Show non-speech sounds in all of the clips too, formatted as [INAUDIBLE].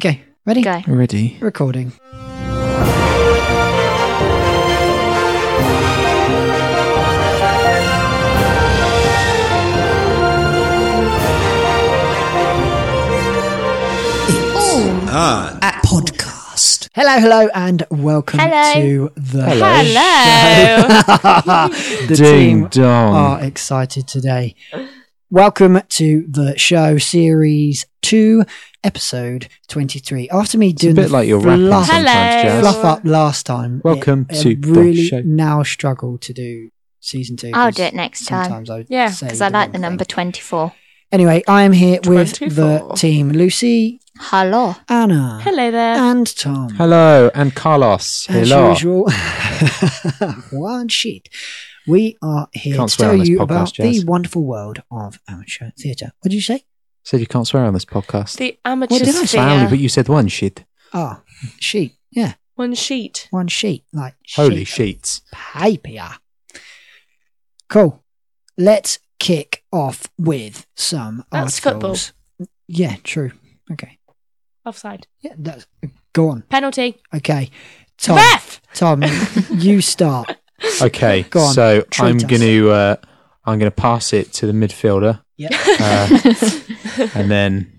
Go. Ready? Go. Ready. Recording. At podcast. Hello, hello, and welcome Hello. to the Hello. show. [LAUGHS] the team Ding dong. are excited today. Welcome to the show series two, episode twenty-three. After me it's a doing bit the like you're rapping fluff, Hello. sometimes, Jazz. Hello. fluff up last time. Welcome it, to I the really show. now struggle to do season two. I'll 'cause do it next time. Sometimes I Yeah, say because I like wrong the thing. number 24. Anyway, I am here with the 24. team: Lucy, Hello. Uh, Anna, Hello there. and Tom. Hello, and Carlos. As Hello. usual, [LAUGHS] one sheet. We are here Can't to swear on tell this you podcast, about Jazz. the wonderful world of amateur theatre. What did you say? Said you can't swear on this podcast. The amateur What did I say? Family, sphere. but you said one shit. Ah, sheet. Yeah, One sheet. one sheet. Like Holy sheet. sheets. of Paper. Cool. Let's kick off with some That's football. articles. Yeah, true. Okay. Offside. Yeah, that's go on. Penalty. Okay. Tom, Ref. Tom, [LAUGHS] you start. Okay, Go on, so treat I'm us. gonna uh, I'm gonna pass it to the midfielder Yeah. uh, [LAUGHS] [LAUGHS] and then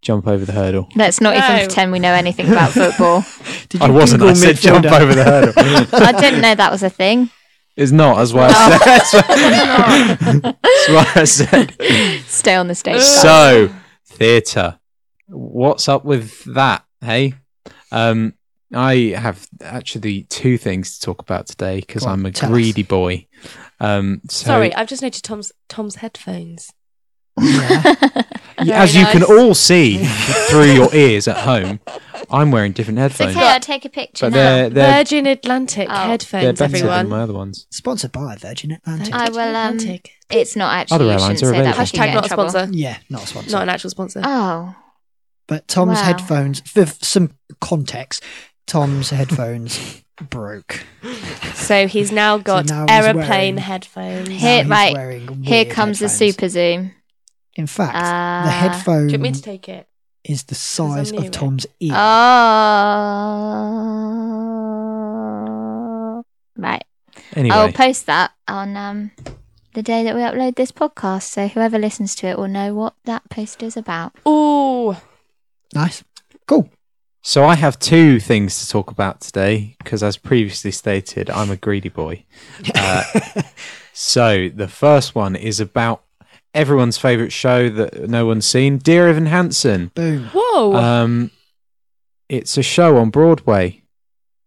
jump over the hurdle. Let's not No. even pretend we know anything [LAUGHS] about football. Did I wasn't. I Google said jump midfielder? over the hurdle. I didn't know that was a thing. it's not as well. No. That's what that's what I said. [LAUGHS] Stay on the stage. [LAUGHS] guys. [LAUGHS] so theatre what's up with that hey um i have actually two things to talk about today because Go on, i'm a tell us. greedy boy um so Sorry, I've just noted Tom's Tom's headphones. Yeah. y- Very as you can nice. [LAUGHS] all see through your ears at home i'm wearing different It's headphones okay, I'll take a picture but now. they're they're, Virgin Atlantic Oh. they're headphones, better than everyone. my other ones [LAUGHS] Sponsored by Virgin Atlantic. Uh, I will, um, Atlantic. It's not actually. Other you airlines shouldn't are say that. available. we should get Hashtag in not a trouble. sponsor. Yeah, not a sponsor. Not an actual sponsor. Oh, But Tom's Wow. headphones, for some context, Tom's [LAUGHS] headphones broke. So he's [LAUGHS] now got now he's wearing- aeroplane headphones. Now Here- he's right. wearing here weird comes the headphones. super zoom. In fact, the Ah. Do headphone you want me to take it? is the size near of it. Tom's ear. Ah. Oh, right. I'll anyway post that on um, the day that we upload this podcast, so whoever listens to it will know what that post is about. Ooh. Nice. Cool. so i have two things to talk about today because as previously stated i'm a greedy boy Uh, So the first one is about everyone's favourite show that no one's seen, Dear Evan Hansen. Boom. Whoa. Um, it's a show on Broadway.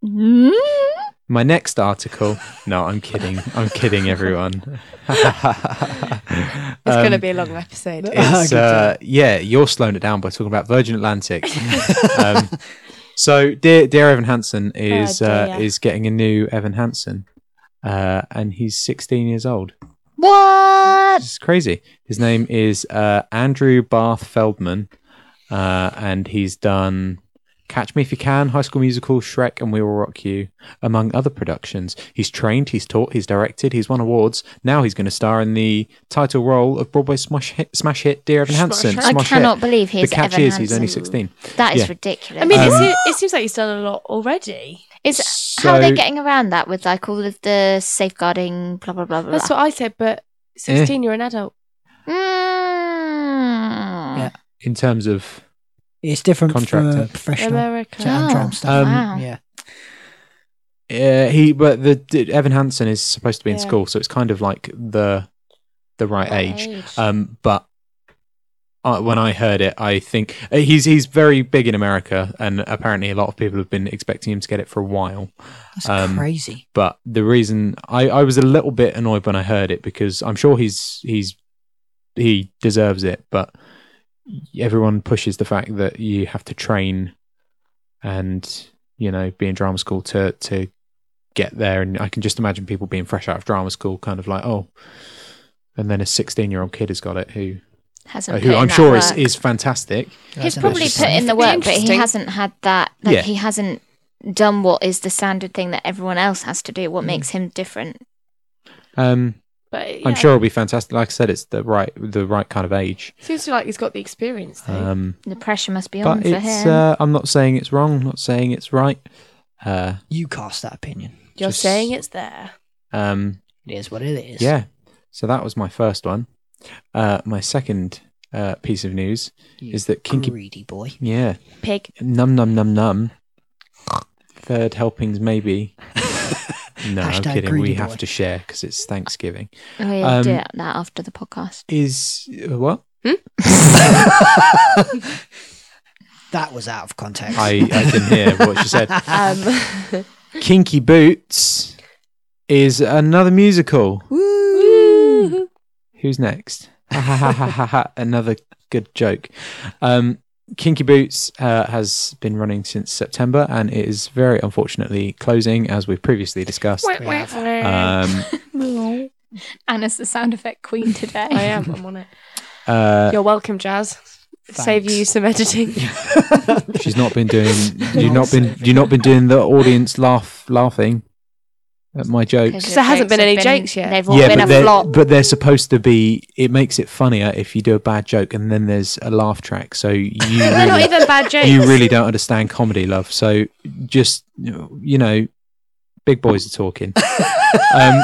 Mm-hmm. My next article. No, I'm kidding. I'm kidding, everyone. [LAUGHS] it's Um, gonna be a long episode. [LAUGHS] [LAUGHS] it's, Good uh, yeah, you're slowing it down by talking about Virgin Atlantic. [LAUGHS] um, so, dear, dear Evan Hansen is Oh, uh, dear. is getting a new Evan Hansen, uh, and he's 16 years old. What? It's crazy. His name is uh, Andrew Barth Feldman, uh, and he's done Catch Me If You Can, High School Musical, Shrek, and We Will Rock You, among other productions. He's trained, he's taught, he's directed, he's won awards. Now he's going to star in the title role of Broadway smash hit, smash hit Dear Evan Hansen. Smash I Smash cannot hit. believe he's The catch Evan is he's only Hansen. 16. That is yeah. ridiculous. I mean, um, it, it seems like he's done a lot already. Is how are they So- getting around that with like all of the safeguarding, blah blah blah blah. That's what I said, Eh. but 16, you're an adult. blah. Mm. Yeah. In terms of. It's different for Contracting. professional America. and Oh, drum stuff. Um, wow. yeah. Uh, he but the, the Evan Hansen is supposed to be in Yeah. school, so it's kind of like the the right age. Um, but I, when I heard it, I think uh, he's he's very big in America, and apparently a lot of people have been expecting him to get it for a while. That's um, crazy. But the reason I, I was a little bit annoyed when I heard it because I'm sure he's he's he deserves it, but everyone pushes the fact that you have to train and you know be in drama school to to get there, and I can just imagine people being fresh out of drama school, kind of like oh. And then a 16 year old kid has got it who Hasn't uh, put who in I'm that sure is, work. is fantastic. He's That's probably It's interesting. put in the It'd be work, but he interesting. hasn't had that. Like Yeah. he hasn't done what is the standard thing that everyone else has to do. What makes him different? Um, But yeah, I'm sure it'll be fantastic. Like I said, it's the right the right kind of age. Seems like he's got the experience though. Um, The pressure must be on but for it's him. uh, I'm not saying it's wrong. I'm not saying it's right. Uh, You cast that opinion. You're just- saying it's there. um, It is what it is. Yeah. So that was my first one. Uh, my second uh, piece of news You is that Kinky. greedy boy. [LAUGHS] Yeah. Pig. Num num num num. Third helpings, maybe. No, I'm Hashtag kidding. greedy We boy. have to share because it's Thanksgiving. oh yeah, do um, it- that after the podcast. Is uh, what? That was out of context. [LAUGHS] I, I didn't hear what she said. [LAUGHS] Um, [LAUGHS] Kinky Boots is another musical. Woo. Who's next? Another good joke. Um, Kinky Boots uh, has been running since September and it is very unfortunately closing, as we've previously discussed. Wah, wah, wah. [LAUGHS] Um, Anna's the sound effect queen [LAUGHS] today. I am. I'm on it. uh, [LAUGHS] You're welcome, Jazz. Save you some [LAUGHS] editing. [LAUGHS] she's not been doing. You've not been. [LAUGHS] You've not been doing the audience laugh laughing at my jokes. there hasn't been any jokes yet. They've all yeah, been but a [LAUGHS] they're, flop. but they're supposed to be. It makes it funnier if you do a bad joke and then there's a laugh track. So you They're not really- even bad jokes. you really don't understand comedy, love. So just you know, big boys are talking. um,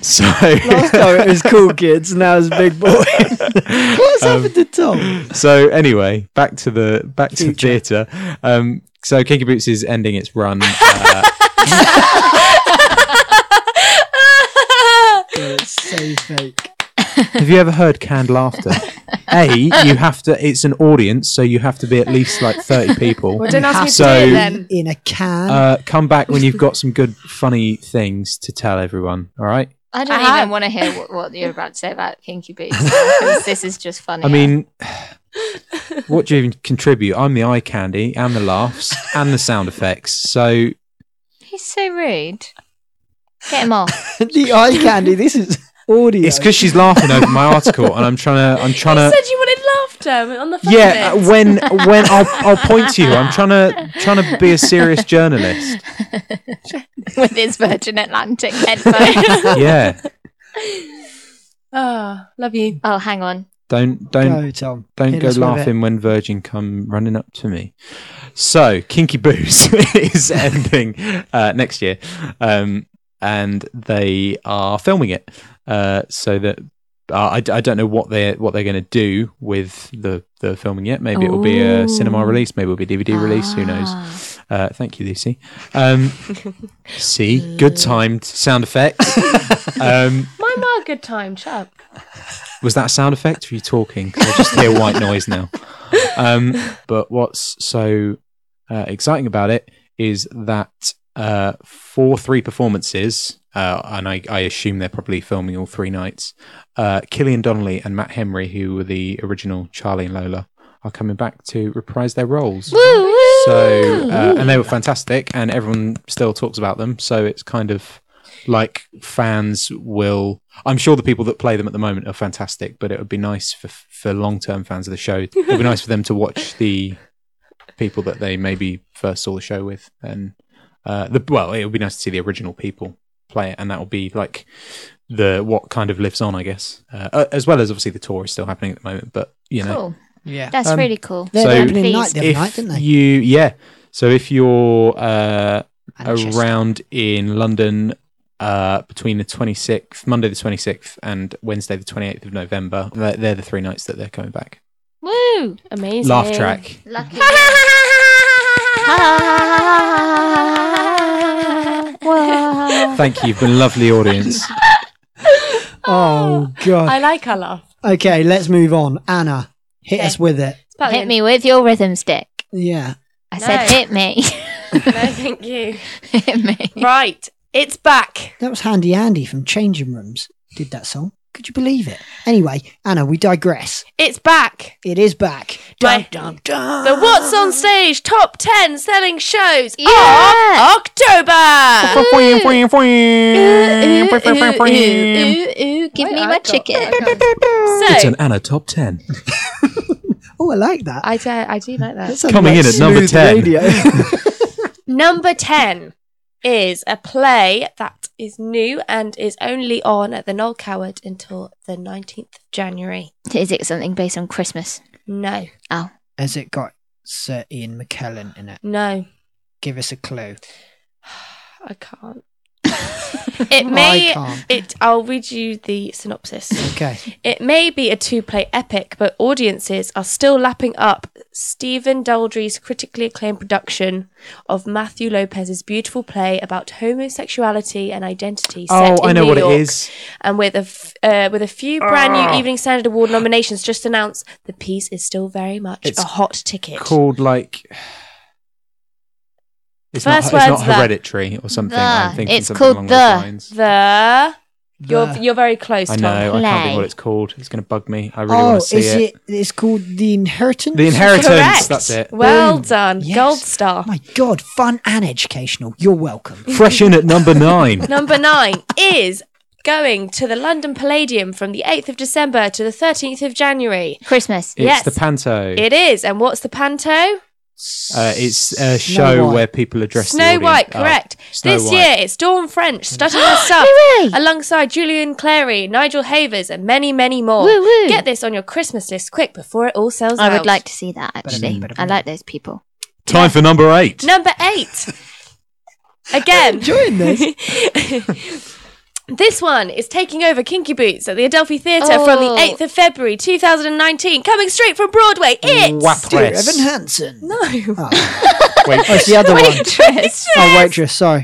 so Last time Oh, it was cool kids, now it's big [LAUGHS] boy. What's Um, happened to Tom? [LAUGHS] so anyway, back to the back to Future. theatre. Um, so Kinky Boots is ending its run. Uh, It's so fake. have you ever heard canned laughter? A, you have to. It's an audience, so you have to be at least like thirty people. Well, don't ask me to So- do it then. In a can. Uh, come back when you've got some good, funny things to tell everyone. All right. I don't Uh-huh. even want to hear what, what you're about to say about Kinky [LAUGHS] Boots because this is just funny. I mean, what do you even contribute? I'm the eye candy and the laughs and the sound effects. So he's so rude. Get him off. [LAUGHS] the eye candy. This is audio. it's because she's laughing over my article, and I'm trying to. I'm trying You to. said you wanted laughter on the phone. uh, Yeah, bit. uh, when when I'll I'll point to you. I'm trying to trying to be a serious journalist. [LAUGHS] with his Virgin Atlantic [LAUGHS] headphones. Yeah, [LAUGHS] Ah, love you. oh, hang on. don't Go, don't Tom. don't Hit go us with it. laughing when Virgin come running up to me. So Kinky Boots [LAUGHS] is ending uh, next year, um, and they are filming it uh, so that. Uh, I, d- I don't know what they're what they're going to do with the, the filming yet. Maybe it will be a cinema Ooh. release. Maybe it'll be DVD release. Who knows? Ah. Ah, Uh, thank you, Lucy. [LAUGHS] Um, see, Uh. good timed sound effect. [LAUGHS] um, My ma, good time, chap. was that a sound effect? Were you talking? 'Cause I just hear white noise now. Um, but what's so uh, exciting about it is that uh, for three performances, uh, and I, I assume they're probably filming all three nights, uh, Killian Donnelly and Matt Henry, who were the original Charlie and Lola, are coming back to reprise their roles. So, uh, and they were fantastic, and everyone still talks about them. So it's kind of like fans will. I'm sure the people that play them at the moment are fantastic, but it would be nice for for long term fans of the show. It would be nice for them to watch the people that they maybe first saw the show with, and uh, the well, it would be nice to see the original people play it, and that will be like the what kind of lives on, I guess, uh, uh, as well as obviously the tour is still happening at the moment. But you know, Cool. Yeah. That's Um, really cool. They're So- opening Please. night the other if night, didn't they? you yeah. So if you're uh, Manchester. around in London uh, between the 26th, Monday the 26th, and Wednesday the 28th of November. They're, they're the three nights that they're coming back. Woo! Amazing. Laugh track. Lucky. Oh. Thank you. You've been a lovely [LAUGHS] audience. Oh god. I like her laugh. Okay, let's move on. Anna, hit Okay. us with it. It's about hit the- me with your rhythm stick. Yeah. I said, No. hit me. [LAUGHS] No, thank you. hit me. Right, it's back. That was Handy Andy from Changing Rooms. Did that song. Could you believe it? Anyway, Anna, we digress. It's back. It is back. Right. dum dum. The What's on Stage top 10 selling shows Yeah. of October. it's give me I my got- chicken. So, an Anna top 10. Oh, I like that. I do, I do like that. That sounded Coming like in at number [LAUGHS] smooth 10. radio. Number 10 is a play that is new and is only on at the Knoll Coward until the 19th of January. Is it something based on Christmas? No, Has it got Sir Ian McKellen in it? no, Give us a clue. I can't. It may. I can't. It. I'll read you the synopsis. Okay. It may be a two play epic, but audiences are still lapping up Stephen Daldry's critically acclaimed production of Matthew Lopez's beautiful play about homosexuality and identity. Oh, set I in know New what York, it is. And with a, f- uh, with a few brand new Evening Standard Award nominations just announced, the piece is still very much It's a hot ticket. Called like. [SIGHS] It's First not, it's word's not the- hereditary or something. I'm the. thinking It's something called along the. those lines. The. You're, The- you're very close, I Tom. know. I can't think Play. what it's called. It's going to bug me. I really oh, want to see is it. it. It's called The Inheritance. The Inheritance. Correct. That's it. Well [LAUGHS] Boom. done. Yes. Gold star. My God, fun and educational. You're welcome. Fresh in at number nine. Number nine is going to the London Palladium from the 8th of December to the 13th of January. Christmas. It's Yes. the Panto. It is. And what's the panto? uh, it's Snow a show White. where people address the Snow audience- White, oh, correct. Snow this White. year it's Dawn French, Stutter Us Up, Hooray! alongside Julian Clary, Nigel Havers, and many, many more. Woo woo. Get this on your Christmas list quick before it all sells out. I would like to see that actually. Ba-da-bing, I like those people. Time for number eight. Number eight. Again. Enjoying [LAUGHS] this. This one is taking over Kinky Boots at the Adelphi Theatre from the Oh. 8th of February 2019, coming straight from Broadway. It's. Stu Waitress. Evan Hansen. No. No. Oh, Wait, [LAUGHS] it's the other one. [LAUGHS] Waitress. Oh, waitress, sorry.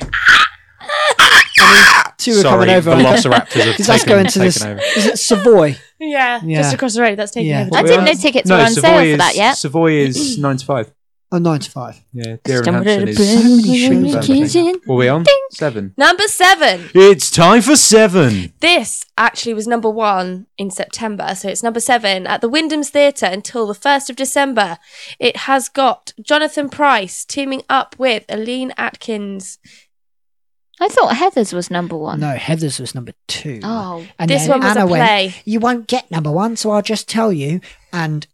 I mean, two are sorry, coming over. aren't they? [LAUGHS] Velociraptors have 'Cause that's taken, going to this. taken over. Is it Savoy? [LAUGHS] Yeah, Yeah. just across the road. That's taking Yeah. over. I didn't know tickets no, were on Savoy sale is, for that yet. Savoy is 9 to 5. Oh, nine to five. Yeah, Stumbled at Hansen a is... bit. many shows. Kitchen. Were we on? 7. Number seven. It's time for 7. This actually was number one in September, so it's number seven at the Wyndham's Theatre until the 1st of December. It has got Jonathan Price teaming up with Aline Atkins. I thought Heather's was number one. No, Heather's was number two. Oh and this then one was Anna a went, play. You won't get number one, so I'll just tell you. And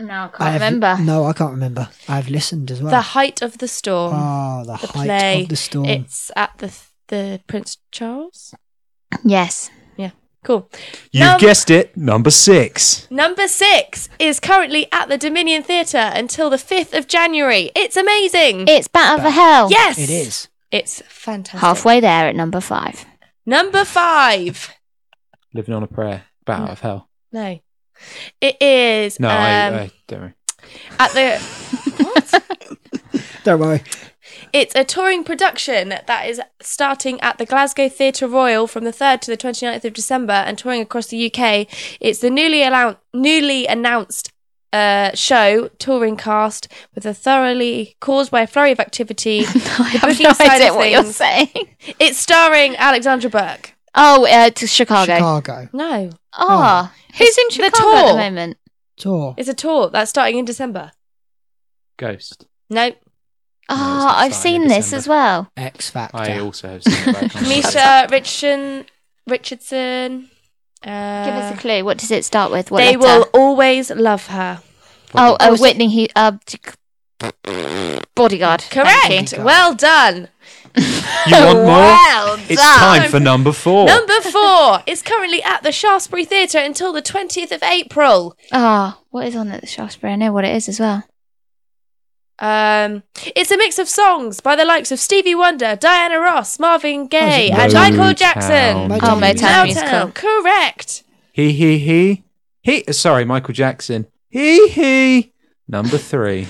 no, I can't I have- remember. No, I can't remember. I've listened as well. The Height of the Storm. oh, the, the height play. of the storm. It's at the the Prince Charles. Yes. Cool. You've Num- guessed it, number 6. Number six is currently at the Dominion Theatre until the fifth of January. It's amazing. It's Battle for Hell. yes, It is. It's Mm. fantastic. Halfway there at number five. [LAUGHS] Number five. Living on a Prayer. Battle of Hell. No, it is. No, um, I, I don't know. at the. what? Don't worry. It's a touring production that is starting at the Glasgow Theatre Royal from the 3rd to the 29th of December and touring across the UK. It's the newly, allow- newly announced uh, show, touring cast, with a thoroughly caused by a flurry of activity. [LAUGHS] I have booking no side idea of what you're things. saying. it's starring Alexandra Burke. Oh, uh, to Chicago. Chicago No, Oh. Who's in The Chicago at tour. the moment? tour. it's a tour that's starting in December. Ghost. No, [LAUGHS] Oh, not I've starting seen in this December. as well. X Factor. I also have seen that. Misha Richardson. Richardson uh, Give us a clue. What does it start with? What They letter? will always love her. Oh, Oh, uh, so- Whitney. He, uh, t- bodyguard. Thank Correct. you. Well done. You want more? Well it's done. time for number 4. Number four [LAUGHS] is currently at the Shaftesbury Theatre until the 20th of April. Ah, what is on at the Shaftesbury? I know what it is as well. Um, it's a mix of songs by the likes of Stevie Wonder, Diana Ross, Marvin Gaye, Oh, and is it Michael Motown? Jackson. Motown. Oh, Motown musical. Motown. Correct. He he he he. Sorry, Michael Jackson. He he. Number three.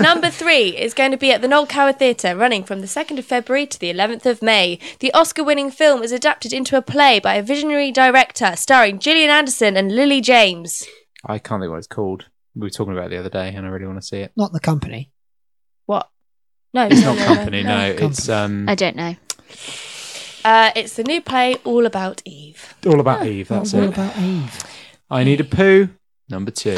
Number three is going to be at the Noel Coward Theatre, running from the 2nd of February to the 11th of May. The Oscar winning film is adapted into a play by a visionary director starring Gillian Anderson and Lily James. I can't think what it's called. We were talking about it the other day, and I really want to see it. Not the company. What? No, It's not company. No, it's um I don't know. Uh, it's the new play All About Eve. all about Eve. That's what it. about Eve? I need a poo. Number two.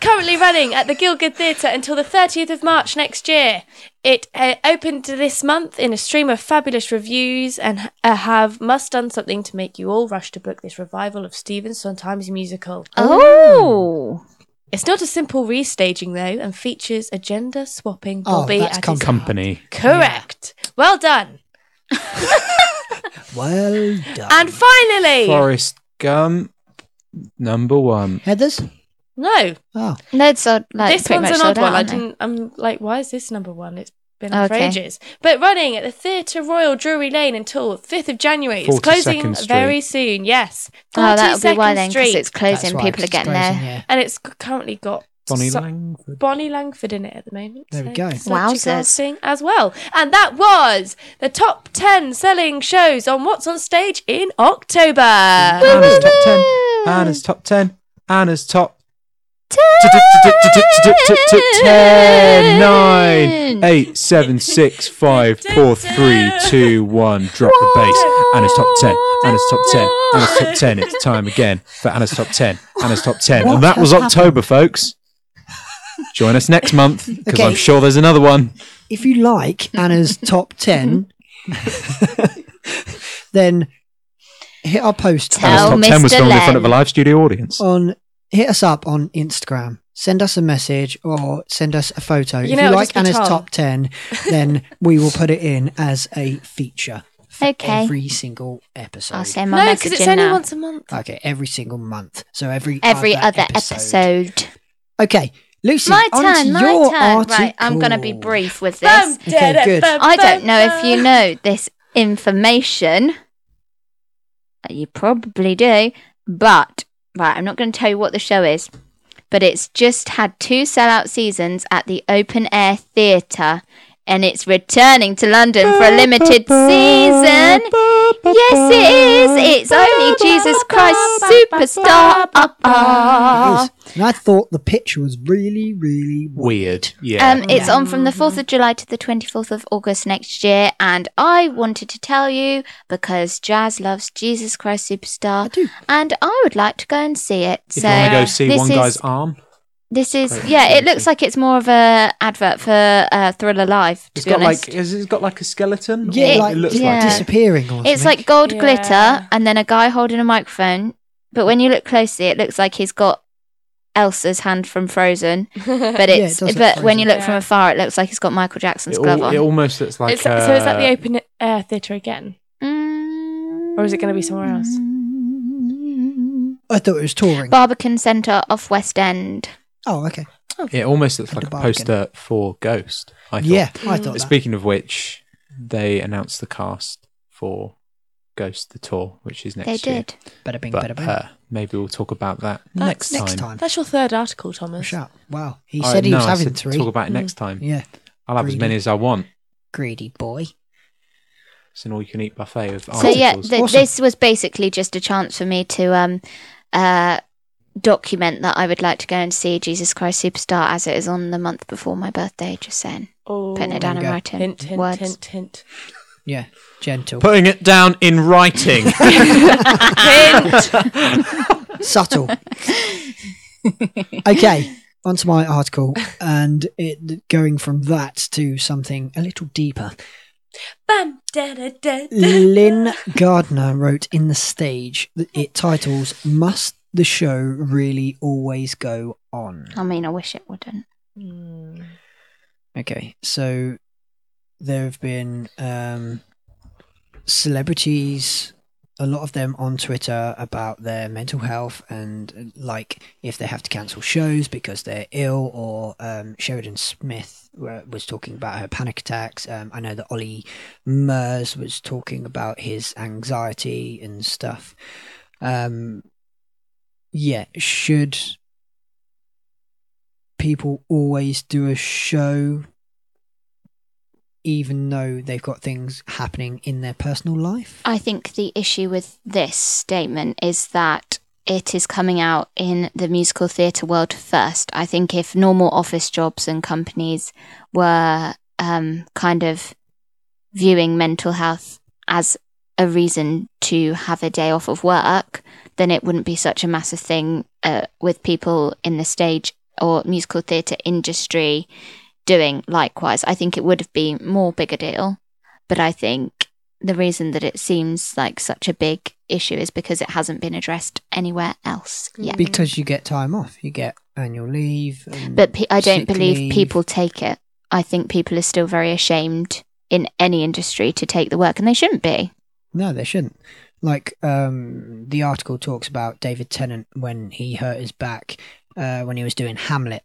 Currently running at the Gilgad Theatre until the 30th of March next year. It uh, opened this month in a stream of fabulous reviews and uh, have must done something to make you all rush to book this revival of Stephen Sondheim's musical. Oh, It's not a simple restaging though, and features a gender swapping Oh, Bobby that's at com- his Company. Correct. Well done. Well done. And finally, Forrest Gump, number one. Heathers? no, Oh, Loads are like this pretty one's much an odd sold out, one. I aren't they? didn't. I'm like, why is this number one? It's been Oh, on for okay. ages. But running at the Theatre Royal Drury Lane until 5th of January. It's 42nd closing Street. very soon. Yes, Oh, that'll be why 42nd then, because Street. it's closing. that's right, People are it's getting closing, there. Yeah. and it's c- currently got Bonnie so- Langford. Bonnie Langford in it at the moment. There we so go. it's not too Wowzers. casting As well. And that was the top 10 selling shows on What's on Stage in October. Anna's top ten. Anna's top ten. Anna's top ten. Nine, eight, seven, six, five, four, three, two, one. Drop the bass. Anna's top ten. Anna's top ten. Anna's top ten. It's time again for Anna's top ten. Anna's top ten. What And that has was October, folks. Join us next month because Okay. I'm sure there's another one. If you like Anna's top 10, [LAUGHS] then hit our post Tell Anna's Oh, top ten was Mr. filmed in front of a Len. live studio audience. on hit us up on Instagram. Send us a message or send us a photo. if know, you it'll like just be Anna's Tom. top 10, then we will put it in as a feature for Okay. every single episode. I'll send my No, because message it's in only now. once a month. Okay, every single month. So every Every other episode. Okay, Lucy. My on to turn, my your turn. Right, I'm going to be article. brief with this. Bum, da, da, good. bum, I don't bum, know if you bum. know this information. Uh, You probably do, but right, I'm not going to tell you what the show is, but it's just had two sellout seasons at the Open Air Theatre, and it's returning to London for a limited season. Yes, it is. It's only Jesus Christ Superstar. It is. And I thought the pitch was really, really Weird. Yeah. Um, it's on from the 4th of July to the 24th of August next year. And I wanted to tell you because Jazz loves Jesus Christ Superstar. do. And I would like to go and see it. if so you want to go see this one is- guy's arm, This is, Great yeah, it opportunity. looks like it's more of a advert for uh, Thriller Live, to it's be got honest. like has it got like a skeleton? Yeah, It- like looks di- like it. disappearing or it's something. like gold Yeah. glitter and then a guy holding a microphone. But when you look closely, it looks like he's got Elsa's hand from Frozen. But Yeah, it it's does look but when you Frozen. look from Yeah. afar, it looks like he's got Michael Jackson's It, glove al- on. it almost looks like. It's- so is that the uh, open air theatre again? Or is it gonna be somewhere else? Mm. I thought it was touring. Barbican Centre off West End. oh, okay. It almost looks At like the a bargain. poster for Ghost. I thought. yeah, I thought that. Speaking of which, they announced the cast for Ghost the tour, which is next they year. did. Bada bing, bada But bing. uh, maybe we'll talk about that next, next time. That's your third article, Thomas. Shut. Wow. He I- said he no, was I having said three. Mm. Talk about it next time. Yeah, I'll have as many Greedy. as I want. greedy boy. It's an all-you-can-eat buffet of articles. So yeah, th- Awesome. this was basically just a chance for me to um, uh, document that I would like to go and see Jesus Christ Superstar as it is on the month before my birthday. Just saying, Oh, putting it down there in you go. writing hint, hint, words. hint, hint. Yeah, gentle, Putting it down in writing. Ah. subtle. okay, onto my article, and it going from that to something a little deeper. Bum, da, da, da, da. Lynn Gardner wrote in the stage that it titles "Must the show really always go on?" I mean, I wish it wouldn't. Mm. Okay, so there have been um, celebrities, a lot of them on Twitter about their mental health and like if they have to cancel shows because they're ill, or um, Sheridan Smith uh, was talking about her panic attacks. Um, I know that Ollie Murs was talking about his anxiety and stuff. Um, yeah, should people always do a show even though they've got things happening in their personal life. I think the issue with this statement is that it is coming out in the musical theatre world first. I think if normal office jobs and companies were um, kind of viewing mental health as a reason to have a day off of work, then it wouldn't be such a massive thing uh, with people in the stage or musical theatre industry doing likewise. I think it would have been more big a deal, but I think the reason that it seems like such a big issue is because it hasn't been addressed anywhere else yet. Because you get time off, you get annual leave. And But pe- I don't sick believe leave. people take it. I think people are still very ashamed in any industry to take the work, and they shouldn't be. No, they shouldn't. Like um, the article talks about David Tennant when he hurt his back uh, when he was doing Hamlet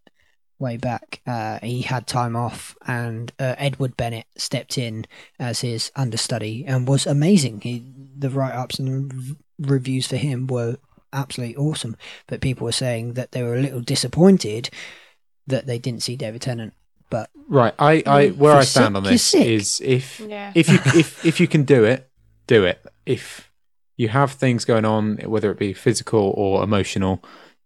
way back. Uh, he had time off, and uh, Edward Bennett stepped in as his understudy and was amazing. He, the write ups and the rev- reviews for him were absolutely awesome, but people were saying that they were a little disappointed that they didn't see David Tennant. But [LAUGHS] Right. I, I where You're I stand sick, on you're this sick. is if Yeah. if you [LAUGHS] if if you can do it, do it. If you have things going on, whether it be physical or emotional,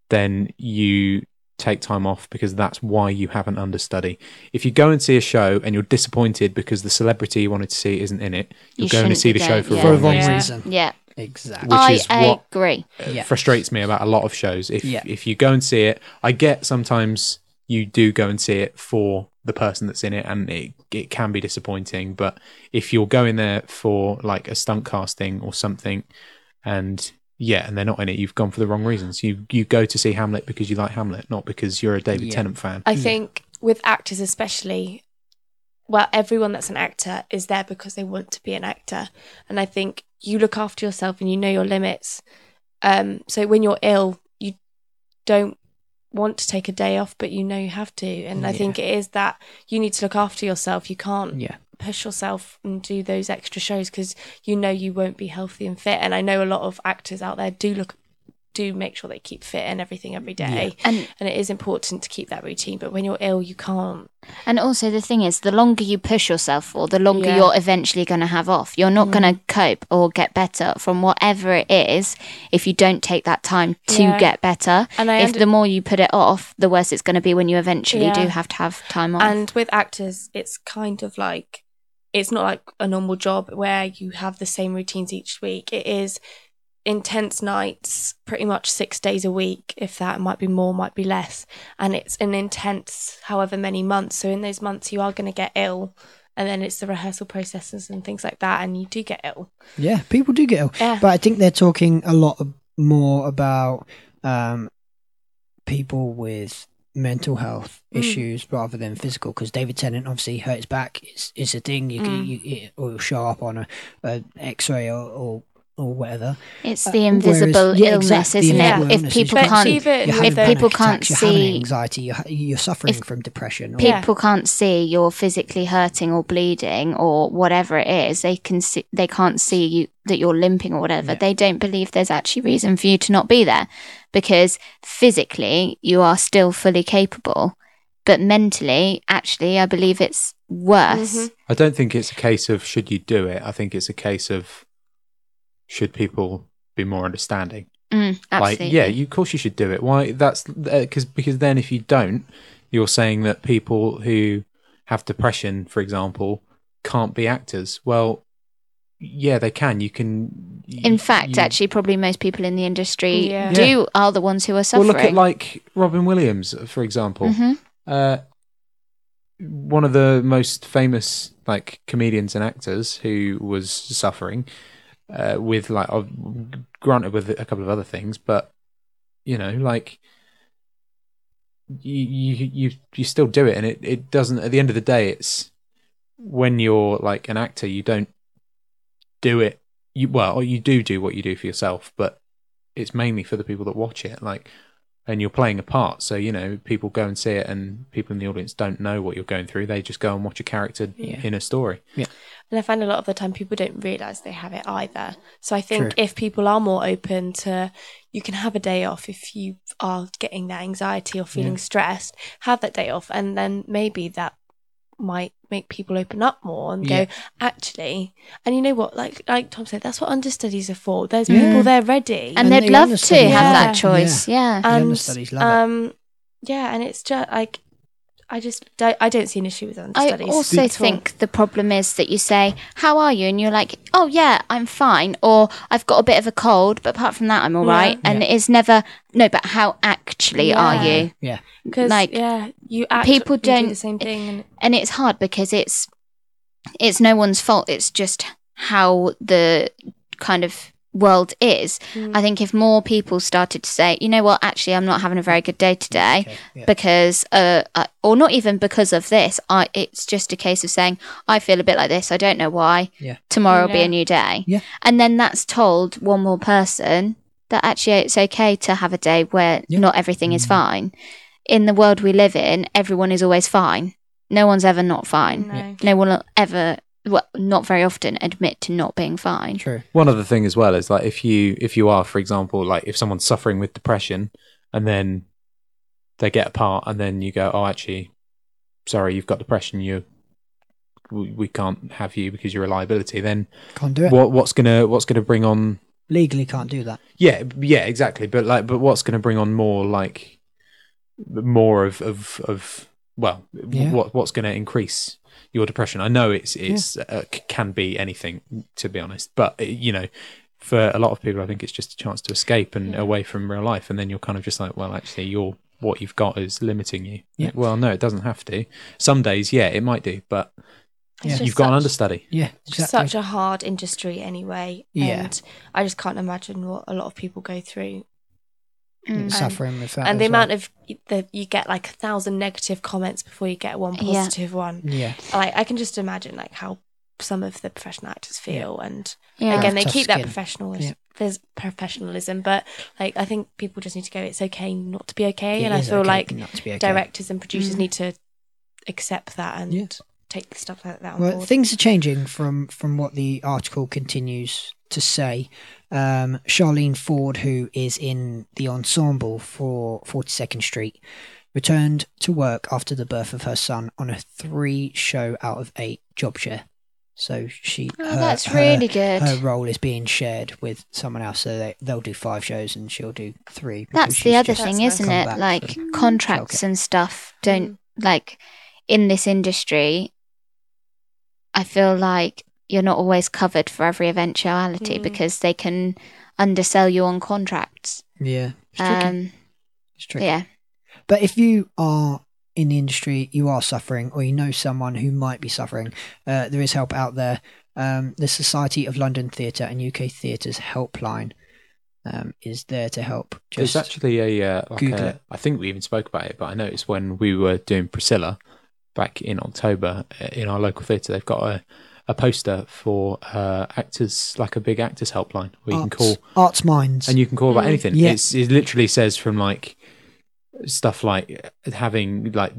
then you take time off because that's why you have an understudy. If you go and see a show and you're disappointed because the celebrity you wanted to see isn't in it, You you're going to shouldn't see be the show going- for yeah. a for a wrong wrong reason. Yeah. reason. Yeah, Exactly. Which I is what- agree. yeah. frustrates me about a lot of shows. If Yeah. if you go and see it, I get sometimes you do go and see it for the person that's in it, and it it can be disappointing. But if you're going there for like a stunt casting or something, and yeah, and they're not in it, you've gone for the wrong reasons. You you go to see Hamlet because you like Hamlet, not because you're a David Yeah. Tennant fan. I think with actors especially, well, everyone that's an actor is there because they want to be an actor, and I think you look after yourself and you know your limits. Um, so when you're ill, you don't want to take a day off, but you know you have to, and I Yeah. think it is that you need to look after yourself. You can't Yeah. push yourself and do those extra shows because you know you won't be healthy and fit. And I know a lot of actors out there do look do make sure they keep fit and everything every day. And- and it is important to keep that routine, but when you're ill you can't. And also, the thing is, the longer you push yourself for, the longer Yeah. you're eventually going to have off. You're not going to cope or get better from whatever it is if you don't take that time to Yeah. get better. And I if under- the more you put it off, the worse it's going to be when you eventually Yeah. do have to have time off. And with actors it's kind of like it's not like a normal job where you have the same routines each week. It is intense nights, pretty much 6 days a week, if that might be more, might be less, and it's an intense however many months. So in those months you are going to get ill. And then it's the rehearsal processes and things like that, and you do get ill. Yeah, people do get ill. Yeah. But I think they're talking a lot more about um, people with mental health Mm. issues rather than physical. Because David Tennant obviously hurt his back. It's, it's a thing. You can, Mm. you, it will show up on a, a X-ray or, or or whatever. it's Uh, the whereas- invisible yeah, illness, exactly, the isn't invisible it? If illness, you people can't can't, see. Even You're if having if people panic can't attacks, you're having see- anxiety. You're ha- you're suffering If- from depression. or- Yeah. people can't see you're physically hurting or bleeding or whatever it is they can see they can't see you that you're limping or whatever Yeah. they don't believe there's actually reason for you to not be there because physically you are still fully capable but mentally actually i believe it's worse Mhm. I don't think it's a case of should you do it. I think it's a case of should people be more understanding. Mm, absolutely Mm-hmm. Like, yeah, you, of course you should do it. Why? That's because because then if you don't, you're saying that people who have depression, for example, can't be actors. Well, yeah, they can. You can. in fact you- actually probably most people in the industry Yeah. do are the ones who are well, suffering look at like Robin Williams, for example. Mhm. Uh, one of the most famous like comedians and actors who was suffering uh, with like uh, granted with a couple of other things, but you know like you you you, you still do it, and it, it doesn't. At the end of the day, it's when you're like an actor, you don't do it. You well, or you do do what you do for yourself, but it's mainly for the people that watch it. Like and you're playing a part. So, you know, people go and see it and people in the audience don't know what you're going through. They just go and watch a character Yeah. in a story. And I find a lot of the time people don't realise they have it either. So I think if people are more open to, you can have a day off if you are getting that anxiety or feeling stressed, have that day off. And then maybe that might make people open up more and Yeah. go, actually, and you know what? Like, like Tom said, that's what understudies are for. There's Yeah. people there ready. and, And they'd they love to understand have that. that choice yeah. The understudies love it. um, yeah. And it's just like, I just, don't, I don't see an issue with I understudies. also at all. think the problem is that you say, How are you? And you're like, Oh, yeah, I'm fine. Or I've got a bit of a cold, but apart from that, I'm all Yeah. right. And Yeah. it's never, No, but how actually are Yeah. you? yeah. Because like, yeah, you act, people you do don't- e, the same thing. And, And it's hard because it's, it's no one's fault. It's just how the kind of world is. Mm. I think if more people started to say, you know what, actually, I'm not having a very good day today Okay, yeah. because, uh, I, or not even because of this, I, it's just a case of saying, I feel a bit like this. I don't know why. Yeah. Tomorrow will be Yeah. a new day. Yeah. And then that's told one more person that actually it's okay to have a day where Yeah. Mm. not everything is fine. In the world we live in, everyone is always fine. No one's ever not fine. No. No one will ever, well, not very often, admit to not being fine. True. One other thing as well is like if you if you are, for example, like if someone's suffering with depression and then they get apart and then you go, oh, actually, sorry, you've got depression. You we we can't have you because you're a liability. Then Can't do it. what what's gonna what's gonna bring on? Legally can't do that. Yeah, yeah, exactly. But like, but what's gonna bring on more like more of of of well, w Yeah. what what's gonna increase your depression? I know it's it's uh, c- can be anything to be honest, but uh, you know. For a lot of people, I think it's just a chance to escape and away from real life, and then you're kind of just like, well, actually, you're what you've got is limiting you. Yeah. Well, no, it doesn't have to. Some days, yeah, it might do, but It's Yeah. just you've got an such- understudy. Yeah, It's exactly. just such a hard industry anyway. Yeah. And I just can't imagine what a lot of people go through. Mm. suffering with that. and the amount of the, you get like a thousand negative comments before you get one Yeah. positive one. yeah, Like I can just imagine like how some of the professional actors feel and Yeah. again they Tough keep that skin. professionalism Yeah. there's professionalism but like I think people just need to go it's okay not to be okay It and I is feel okay like not to be okay. directors and producers Mm. need to accept that and Yeah. take stuff like that on Well, board. things are changing from from what the article continues to say. Um, Charlene Ford, who is in the ensemble for Forty Second Street, returned to work after the birth of her son on a three show out of eight job share. So she, Oh, her- that's her- really good. Her role is being shared with someone else, so they, they'll do five shows and she'll do three. because That's the she's other just thing, That's isn't come it? back Mm. Like from contracts childcare. and stuff don't like in this industry. I feel like you're not always covered for every eventuality Mm. because they can undersell you on contracts. Yeah, it's tricky. Um, it's but tricky. yeah, But if you are in the industry, you are suffering, or you know someone who might be suffering, uh, there is help out there. Um, the Society of London Theatre and UK Theatre's helpline um, is there to help. Just There's actually a, uh, like Google a- it. I think we even spoke about it, but I noticed when we were doing Priscilla back in October uh, in our local theatre, they've got a, a poster for uh, actors, like a big actors helpline where you can arts, call Arts Minds. and you can call about anything. Yeah. It's, it literally says from like stuff like uh, having like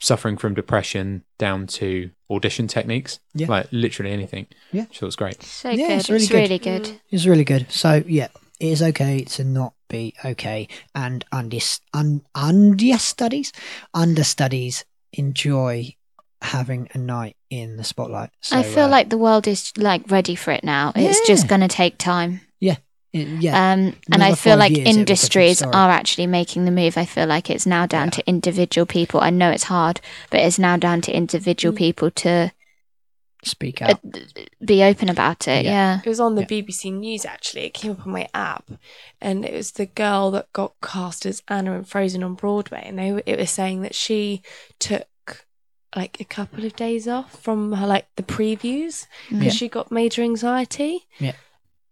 suffering from depression down to audition techniques, Yeah. like literally anything. Yeah. so it's great. so Yeah, good. it's really it's good. really good. It's really good. So yeah, it is okay to not be okay, and unders- un- understudies, understudies enjoy having a night in the spotlight. So, I feel uh, like the world is like ready for it now. It's Yeah. just going to take time. it- yeah, Um, and Another I feel five like years, it'll be a different industries story. are actually making the move. I feel like it's now down to individual people. I know it's hard, but it's now down to individual Mm. people to speak uh, out. be open about it. Yeah. It was on the Yeah. BBC News actually. It came up on my app, and it was the girl that got cast as Anna in Frozen on Broadway, and they were- it was saying that she took like a couple of days off from her like the previews because Yeah. she got major anxiety. Yeah.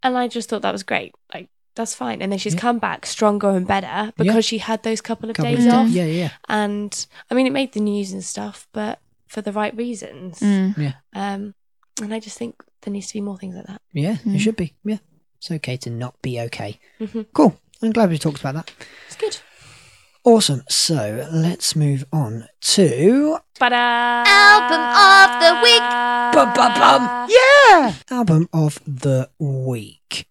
and I just thought that was great. Like that's fine, and then she's Yeah. come back stronger and better because she had those couple of Couple of days days. off. Yeah, yeah, And I mean, it made the news and stuff, but for the right reasons. Mm. Um, and I just think there needs to be more things like that. yeah. It Mm. should be. Yeah, it's okay to not be okay. Mm-hmm. Cool. I'm glad we talked about that. It's good. Awesome. So let's move on to Ba-da! Album of the week. Ba-ba-bum. yeah album of the week.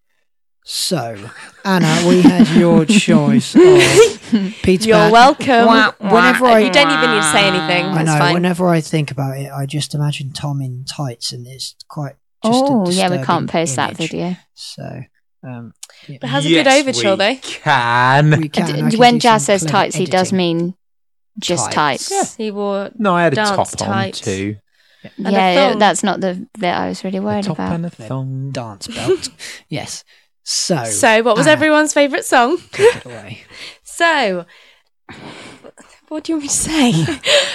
So Anna, we had [LAUGHS] your choice of Peter You're Pan. welcome. Whenever I you don't even need to say anything. I That's know. fine. Whenever I think about it, I just imagine Tom in tights, and it's quite. Just a Oh, yeah, we disturbing can't post that image. video. So, um, yeah. But it has a good overchill, though. Can we can, D- I can when do some Jazz says clever tights, he does editing. mean just Tights. tights. He wore. no, I had a Dance top tights. on too. a Yeah, thong. that's not the bit I was really A worried top about. and a thong. dance [LAUGHS] belt. yes. So, So, what was Anna, everyone's favourite song? take it away. So, What do you want me to say?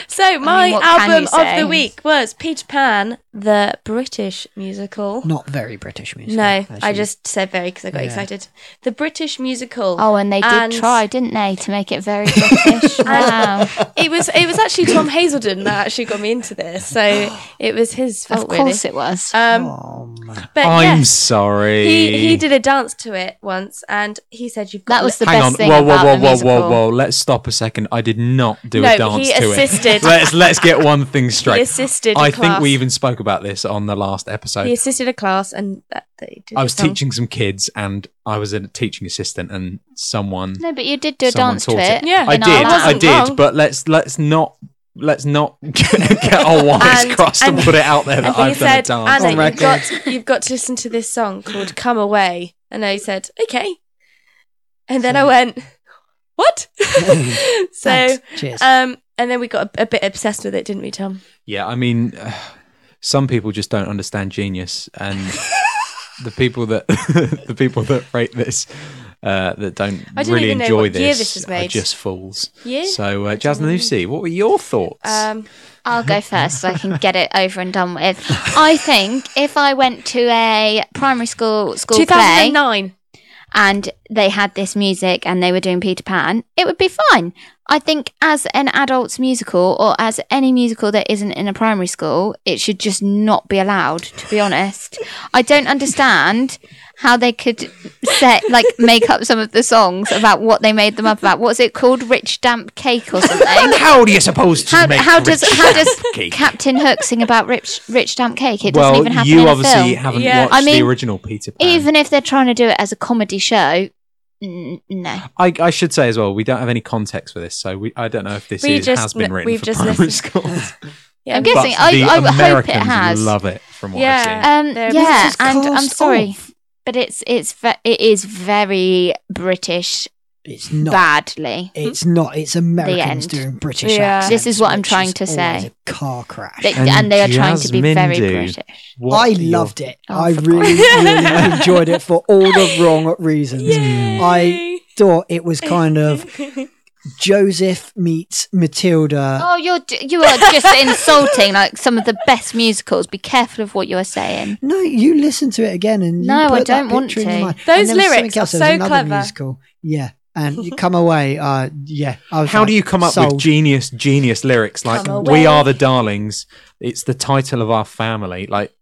so my what can album you of say? the week was Peter Pan, the British musical. Not very British music. no, as I you- just said very because I got Yeah. excited. The British musical. Oh, and they did And- try, didn't they, to make [LAUGHS] it very British? wow. It was it was actually Tom Hazelden that actually got me into this. So it was his fault, Of course it was. really. Um, Oh, man. but I'm yes, sorry. he he did a dance to it once, and he said you've got That was li- the Hang best on. thing Whoa, whoa, about whoa, the whoa, musical. whoa, whoa. Let's stop a second. I did not do No, a dance he to assisted. it. [LAUGHS] Let's let's get one thing straight. assisted a I think class. we even spoke about this on the last episode. he assisted a class, and that, that he did I the was song. teaching some kids, and I was a teaching assistant, and someone No, but you did do a someone dance to taught it. Yeah. I in did, our It lab. I wasn't did, wrong. but let's let's not let's not [LAUGHS] get our wires And- crossed and, and- put it out there And that he I've done a said, dance. Anna, On you've got, you've got to listen to this song called Come Away. And I said, okay. And then I went, [LAUGHS] what? [LAUGHS] so, uh, Thanks. cheers. um, and then we got a, a bit obsessed with it, didn't we, Tom? Yeah, I mean, uh, some people just don't understand genius, [LAUGHS] and the people that [LAUGHS] the people that rate this. Uh, that don't I didn't really even know enjoy what this, year this was are made. just fools. Yeah. So, uh, Jazz and Lucy, what were your thoughts? Um, I'll go first so I can get it over and done with. I think if I went to a primary school school play 2009. and they had this music and they were doing Peter Pan, it would be fine. I think as an adult's musical or as any musical that isn't in a primary school, it should just not be allowed, to be honest. I don't understand how they could set like make up some of the songs about what they made them up about. What's it called? Rich damp cake or something? how do you suppose to How, make how does rich how does cake? Captain Hook sing about rich rich damp cake? It well, doesn't even happen you in a obviously film. haven't Yeah. watched I mean, the original Peter Pan. Even if they're trying to do it as a comedy show, n- no. I, I should say as well, we don't have any context for this, so we, I don't know if this We is, just has been kn- written we've for just primary listened. schools. Yeah, I'm [LAUGHS] we- guessing- But I- the I hope it Americans has. love it, from what Yeah. I've seen. Um, They're- yeah, This is and I'm cast sorry, off. but it's it's ve- it is very British It's not. badly. It's not. It's Americans end. doing British Yeah. accents. This is what I'm which trying is to always say. A car crash. They, And and, they are trying to be Jasmine very do. British. What I are your- loved it. Oh, I for really, [LAUGHS] really enjoyed it for all the wrong reasons. I Yay. thought it was kind of [LAUGHS] [LAUGHS] Joseph meets Matilda. Oh, you're j- you are just [LAUGHS] insulting like some of the best musicals. Be careful of what you are saying. No, you listen to it again and you No, I put that don't want picture in to. your mind. Those And there was something lyrics are else, there was so another clever. Musical. Yeah, and [LAUGHS] you come away. Uh, yeah. I was How like, do you come up sold. with genius, genius lyrics like Come away. "We are the darlings"? It's the title of our family, like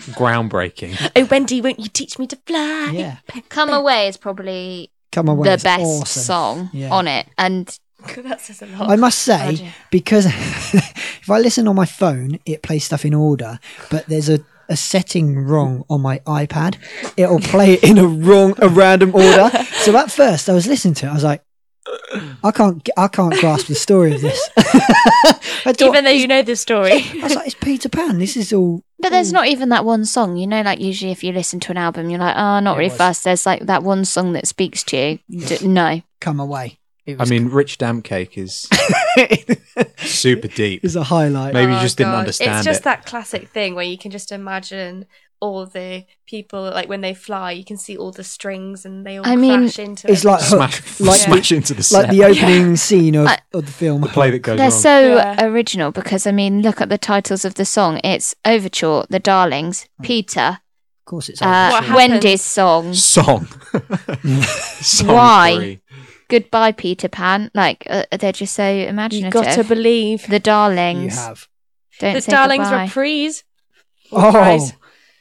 groundbreaking. Oh, Wendy, won't you teach me to fly? [LAUGHS] Yeah, Come away is probably come away. the is best awesome. song Yeah. on it, and that says a lot. I must Oh, say, dear. because [LAUGHS] if I listen on my phone, it plays stuff in order, but there's a, a setting wrong on my iPad. It'll play it in a wrong, a random order. So at first, I was listening to it. I was like, I can't, I can't grasp the story of this. [LAUGHS] I, thought, Even though you know the [LAUGHS] story. I was like, it's Peter Pan. This is all. But there's Hmm. not even that one song, you know. Like usually, if you listen to an album, you're like, "Oh, not It really was. fast." There's like that one song that speaks to you. D- no, Come away. It I was, mean, "Rich Damp Cake" is [LAUGHS] super deep. is a highlight. [LAUGHS] Maybe you just didn't It's understand just it. that classic thing where you can just imagine all the people, like when they fly, you can see all the strings and they all I mean, crash into It's it. like Hook, [LAUGHS] Smash, like the- smash into the set. like the opening scene of, I- of the film. The play that goes they're wrong. so Yeah. original because I mean, look at the titles of the song. It's Overture, The Darlings, Peter, Of course, it's uh, What Wendy's [LAUGHS] song, song. Song Why? three. Goodbye Peter Pan. Like uh, they're just so imaginative. you got to believe. the you Darlings. have. Don't The say Darlings goodbye. reprise. Oh, Reprise.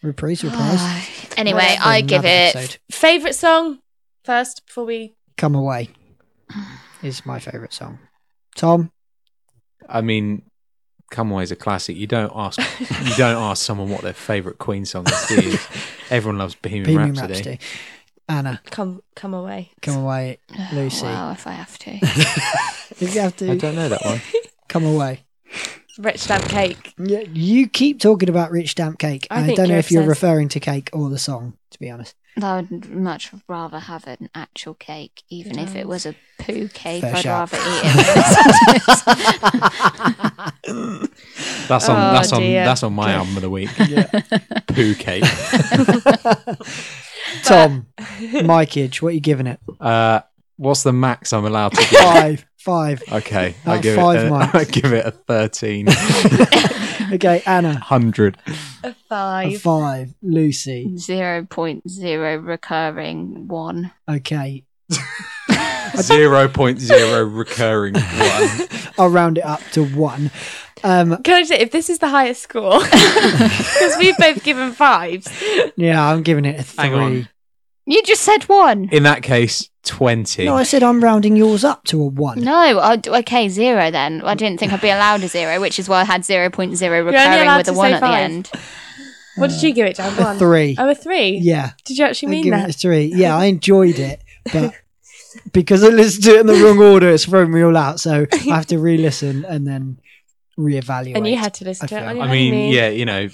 reprise, reprise. Oh, [SIGHS] anyway, Whatever, I give another it episode. Favorite song first before we. Come Away is my favourite song. Tom, I mean, Come Away is a classic. You don't ask you don't ask someone what their favourite Queen song is. Do you? Everyone loves Bohemian, Bohemian Rhapsody. Rhapsody. Anna, Come, come away. Come Away. Lucy. Wow, if I have to. If you have I to, don't know that one. Come Away. Rich damn cake. Yeah, you keep talking about Rich Damp Cake. I and I think don't know you're if you're obsessed. referring to cake or the song, to be honest. I would much rather have an actual cake, even if it was a poo cake. Fair I'd shout. rather [LAUGHS] eat it. That's on Oh, that's on dear. that's on my album of the week. Poo cake. [LAUGHS] Tom, my kid, what are you giving it? [LAUGHS] Uh, what's the max I'm allowed to give? Five Five. Okay, I About give five it. A, [LAUGHS] marks. I give it [LAUGHS] a thirteen Okay, Anna. hundred. A a five. five. Lucy. [LAUGHS] Zero point zero recurring one. Okay. Zero point zero recurring one. I'll round it up to one. Um, Can I just say, if this is the highest score, [LAUGHS] because we've both given fives. yeah, I'm giving it a three. Hang on. You just said one. In that case, twenty. No, I said I'm rounding yours up to a one. No, oh, d- okay, zero then. I didn't think I'd be allowed a zero, which is why I had zero point zero only recurring allowed with a to one say at the five. end. What did you give it, Dan? A One. [LAUGHS] three. Oh, a three. Yeah. Did you actually I mean give that? it a three. Yeah, I enjoyed it, [LAUGHS] but because I listened to it in the wrong order, it's thrown me all out. So I have to re-listen and then reevaluate. and you had to listen I to it. feel- On your I mean, honeymoon. yeah, you know,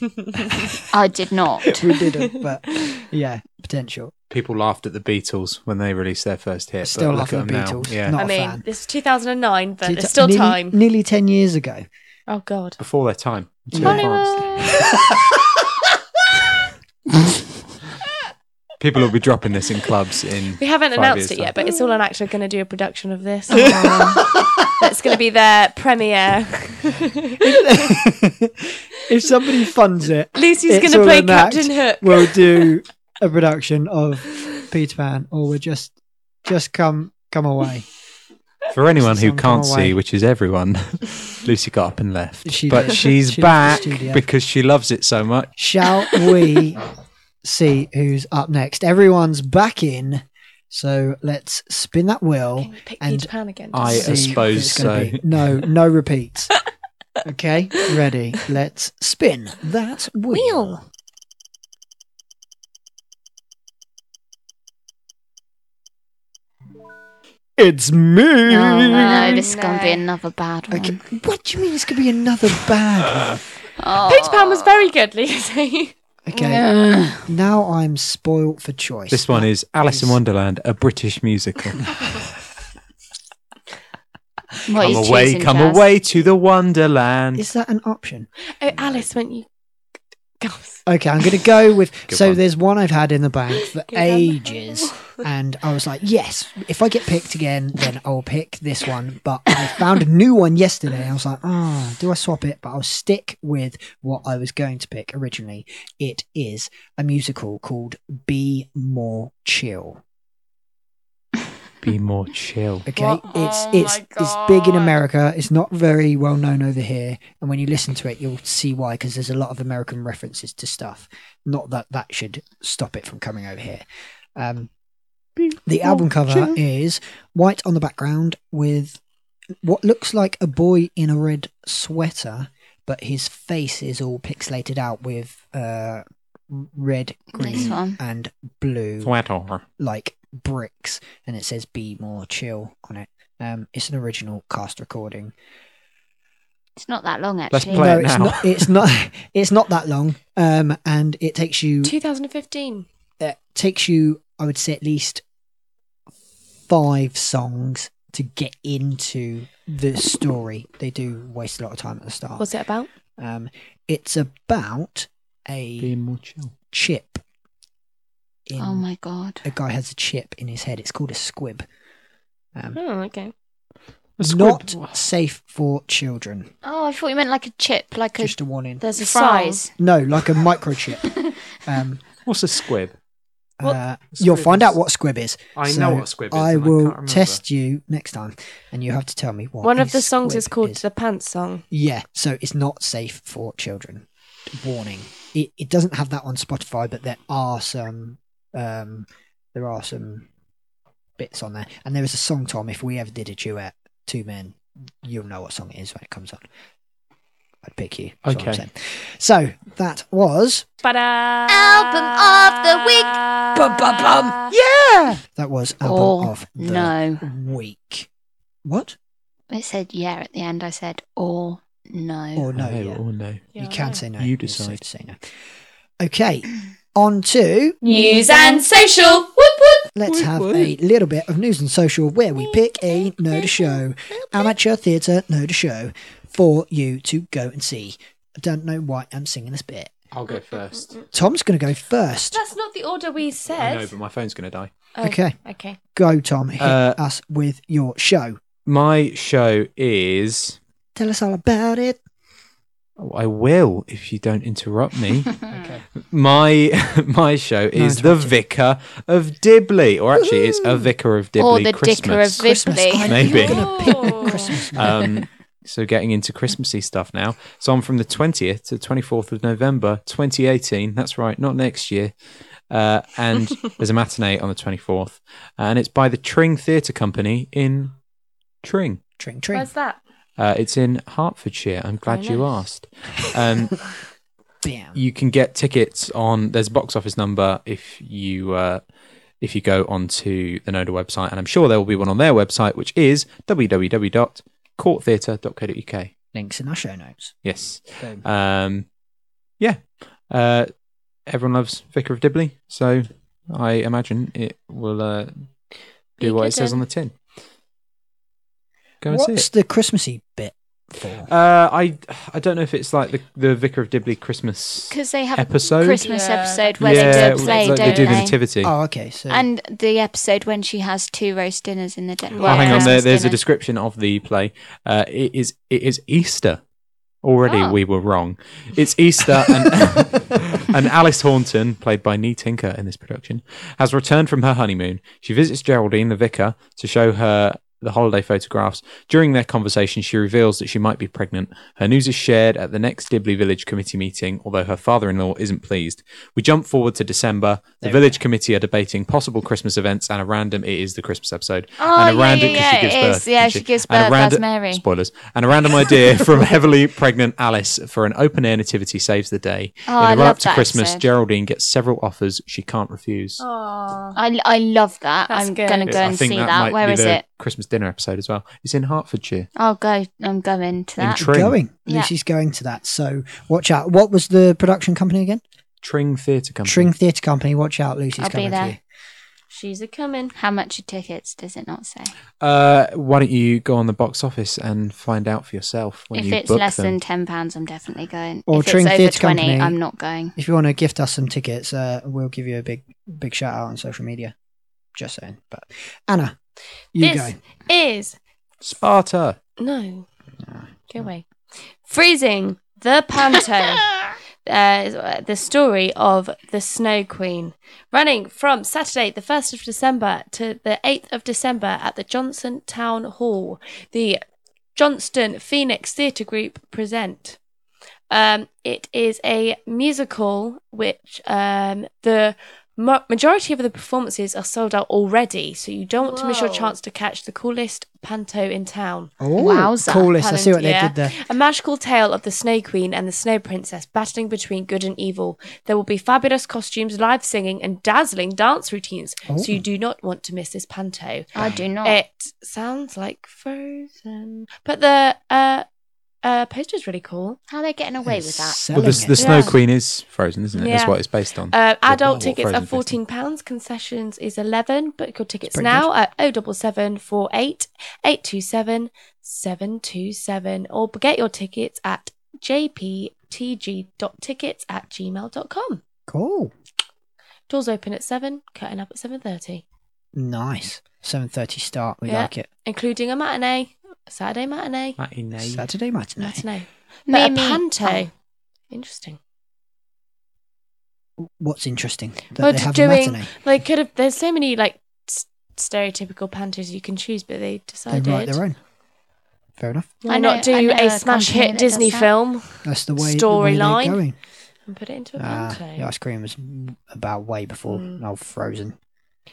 I did [LAUGHS] not. we didn't, but yeah, potential. people laughed at the Beatles when they released their first hit. but Still laugh look at at the them now. Beatles. Yeah, Not I a mean, fan. this is 2009, but Did- there's still nearly, time. Nearly ten years ago. Oh God. before their time. Too Yeah. Oh, advanced. Hollywood. People will be dropping this in [LAUGHS] clubs in. We haven't five years announced it time. yet, but it's all an actor going to do a production of this. Oh. [LAUGHS] That's going to be their [LAUGHS] premiere. if somebody funds it, Lucy's It's going to all play an act. Captain Hook. we'll [LAUGHS] do a production of Peter Pan, or we'll just just come come away. For anyone who Some can't come away. see, which [LAUGHS] is everyone, Lucy got up and left. She but did. she's She left the back studio. because she loves it so much. Shall we see who's up next? Everyone's back in, so let's spin that wheel. [LAUGHS] Can we pick And Peter Pan again? I see who it's suppose gonna so. be. No, no repeats. okay, ready? Let's spin that wheel. It's me. Oh [LAUGHS] no, this is going to be No. another bad one. Okay, what do you mean? This could be another bad. one? Oh. Peter Pan was very good, Lucy. [LAUGHS] Okay, now I'm spoilt for choice. This one is Alice in Wonderland, a [LAUGHS] British musical. What are come you away, choosing, come Jess? away to the Wonderland. Is that an option? Oh, Alice, when you. Gosh. Okay, I'm going to go with. [LAUGHS] Good so one. there's one I've had in the bank for Good one. ages, and I was like, yes, if I get picked again, then I'll pick this one. But I found a new one yesterday. I was like, ah, do I swap it? But I'll stick with what I was going to pick originally. It is a musical called Be More Chill. Be more chill. Okay, it's it's it's big in America. It's not very well known over here, and when you listen to it, you'll see why. Because there's a lot of American references to stuff. Not that that should stop it from coming over here. Um, the album cover is white on the background with what looks like a boy in a red sweater, but his face is all pixelated out with uh, red, Nice green, one. and blue Sweater. like bricks and it says be more chill on it um it's an original cast recording It's not that long Let's actually. play no it it's now. not it's not [LAUGHS] it's not that long um and it takes you 2015. it takes you i would say at least five songs to get into the story they do waste a lot of time at the start What's it about? um it's about a Be more chill. chip in Oh my god. a guy has a chip in his head it's called a squib um Hmm, Oh, okay. not safe for children. Oh, I thought you meant like a chip, like a Just a warning. there's a fries. fries. No, like a [LAUGHS] microchip. um, What's a squib? What? uh, Squib you'll find out is- what squib is. I So know what squib is, I and I will can't remember. test you next time, and you have to tell me what. One a of the songs is squib called The Pants Song. Yeah, so it's not safe for children. Warning. It, it doesn't have that on Spotify, but there are some um, there are some bits on there, and there is a song, Tom. If we ever did a duet, two men, you'll know what song it is when it comes on. I'd pick you. that's what I'm Okay. saying. So that was Ba-da! Album of the week. Ba-ba-bum. yeah. That was album Or of the Oh, no. week. What? It said yeah at the end. I said or no. Or Oh, no? I know, yeah. or no. Yeah, you I can know. say no. You It's safe decide. to say no. Okay. On to News and social. Whoop whoop. Let's Woot have woot. a little bit of news and social where we pick a nerd show, amateur theatre nerd show, for you to go and see. I don't know why I'm singing this bit. I'll go first. Tom's going to go first. That's not the order we I know, said. but my phone's going to die. Oh, Okay, okay. go, Tom. Hit Uh, us with your show. My show is. Tell us all about it. oh, I will if you don't interrupt me. [LAUGHS] Okay. my [LAUGHS] my show is the Vicar of Dibley, or actually, it's a Vicar of Dibley or the Dicker of Christmas. Vibley. I Maybe. knew you were gonna pick Oh. Christmas. [LAUGHS] um, so getting into Christmassy stuff now. So I'm from the 20th to 24th of November 2018. That's right, not next year. Uh, and [LAUGHS] there's a matinee on the 24th, and it's by the Tring Theatre Company in Tring. Tring tring. Where's that? Uh, it's in Hertfordshire. I'm glad Very you nice. asked. [LAUGHS] Um, Bam. you can get tickets on there's a box office number if you uh, if you go onto the Noda website, and I'm sure there will be one on their website, which is www.courttheatre.co.uk. Links in our show notes. Yes. Boom. Um, yeah. Uh, everyone loves Vicar of Dibley, so I imagine it will uh, Be do what good it says then. on the tin. Go and What's see the Christmassy bit for? it. Uh, I I don't know if it's like the the Vicar of Dibley Christmas Because they have episode. a Christmas Yeah. episode where yeah, they do a play, like don't they do the they? nativity. Oh, okay. So and the episode when she has two roast dinners in the day. Oh, hang on, there, Christmas there's a dinner. description of the play. Uh, it is it is Easter. Already Oh. we were wrong. It's Easter, [LAUGHS] [LAUGHS] and, [LAUGHS] and Alice Haunton, played by Nee Tinker in this production, has returned from her honeymoon. She visits Geraldine, the vicar, to show her the holiday photographs. During their conversation, she reveals that she might be pregnant. Her news is shared at the next Dibley Village Committee meeting, although her father in law isn't pleased. We jump forward to December. The There we Village Committee are debating possible Christmas events, and a random, it is the Christmas episode. Oh, and a yeah, random, yeah, yeah, 'cause she gives it is. birth. Yeah, doesn't she gives And birth a as random- Mary. Spoilers. And a random [LAUGHS] idea from heavily pregnant Alice for an open air nativity saves the day. Oh, In I the run up love to that Christmas, episode. Geraldine gets several offers she can't refuse. Oh. I, I love that. That's I'm good. going to Yes, go and see that. Where is the it? Christmas dinner episode as well. It's in Hertfordshire. I'll go. I'm going to that. In Tring. going. Yeah. Lucy's going to that. So watch out. What was the production company again? Tring Theatre Company. Tring Theatre Company. Watch out. Lucy's I'll be coming there. to you. She's a coming. How much are tickets? Does it not say? Uh, why don't you go on the box office and find out for yourself when if you it's book less them. than ten pounds, I'm definitely going. Or if Tring it's over Theatre twenty, Company. I'm not going. If you want to gift us some tickets, uh, we'll give you a big, big shout out on social media. Just saying. But Anna, you this go. is Sparta. No. Go away. Freezing the Panto. Uh, is, uh, the story of the Snow Queen running from Saturday, the 1st of December to the 8th of December at the Johnston Town Hall. The Johnston Phoenix Theatre Group present. Um, it is a musical which um, the ma- majority of the performances are sold out already, so you don't want to miss your Whoa. chance to catch the coolest panto in town. Oh, Wowza. coolest. I Pun see what they int- yeah. did there. A magical tale of the Snow Queen and the Snow Princess battling between good and evil. There will be fabulous costumes, live singing, and dazzling dance routines. So you Oh. do not want to miss this panto. I do not. It sounds like Frozen, but the uh, uh, poster is really cool. How are they getting away It's with that? Well, selling the, the it. Snow Yeah. Queen is Frozen, isn't it? Yeah. That's what it's based on. Uh, Well, adult well, tickets Frozen's are based on. fourteen pounds. Concessions is eleven. Book your tickets pretty now oh at 07748 827 727 or get your tickets at jptg.tickets at gmail.com. Cool. Doors open at seven, curtain up at seven thirty, Nice. Seven thirty start. We Yeah. like it. including a matinee, Saturday matinee, Saturday matinee. matinee, but a Mimi- panto. oh. Interesting. What's interesting that Well, they have a doing matinee. they could have. There's so many like s- stereotypical pantos you can choose, but they They decided write their own. Fair enough. Why I know- not do I know a a smash company hit that Disney does that. film That's the way the way they're Storyline. going. and put it into a Ah, panto? the ice cream was about way before Mm. now frozen.